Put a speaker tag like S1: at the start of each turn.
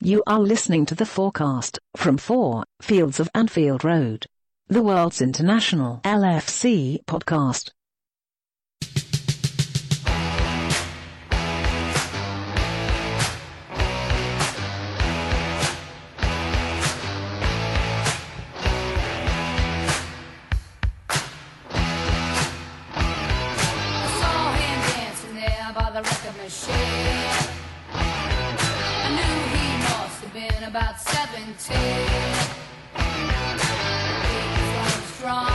S1: You are listening to the forecast from 4 Fields of Anfield Road, the world's international LFC podcast.
S2: I saw him dancing there by the record machine. I knew he must have been about 17. He was strong,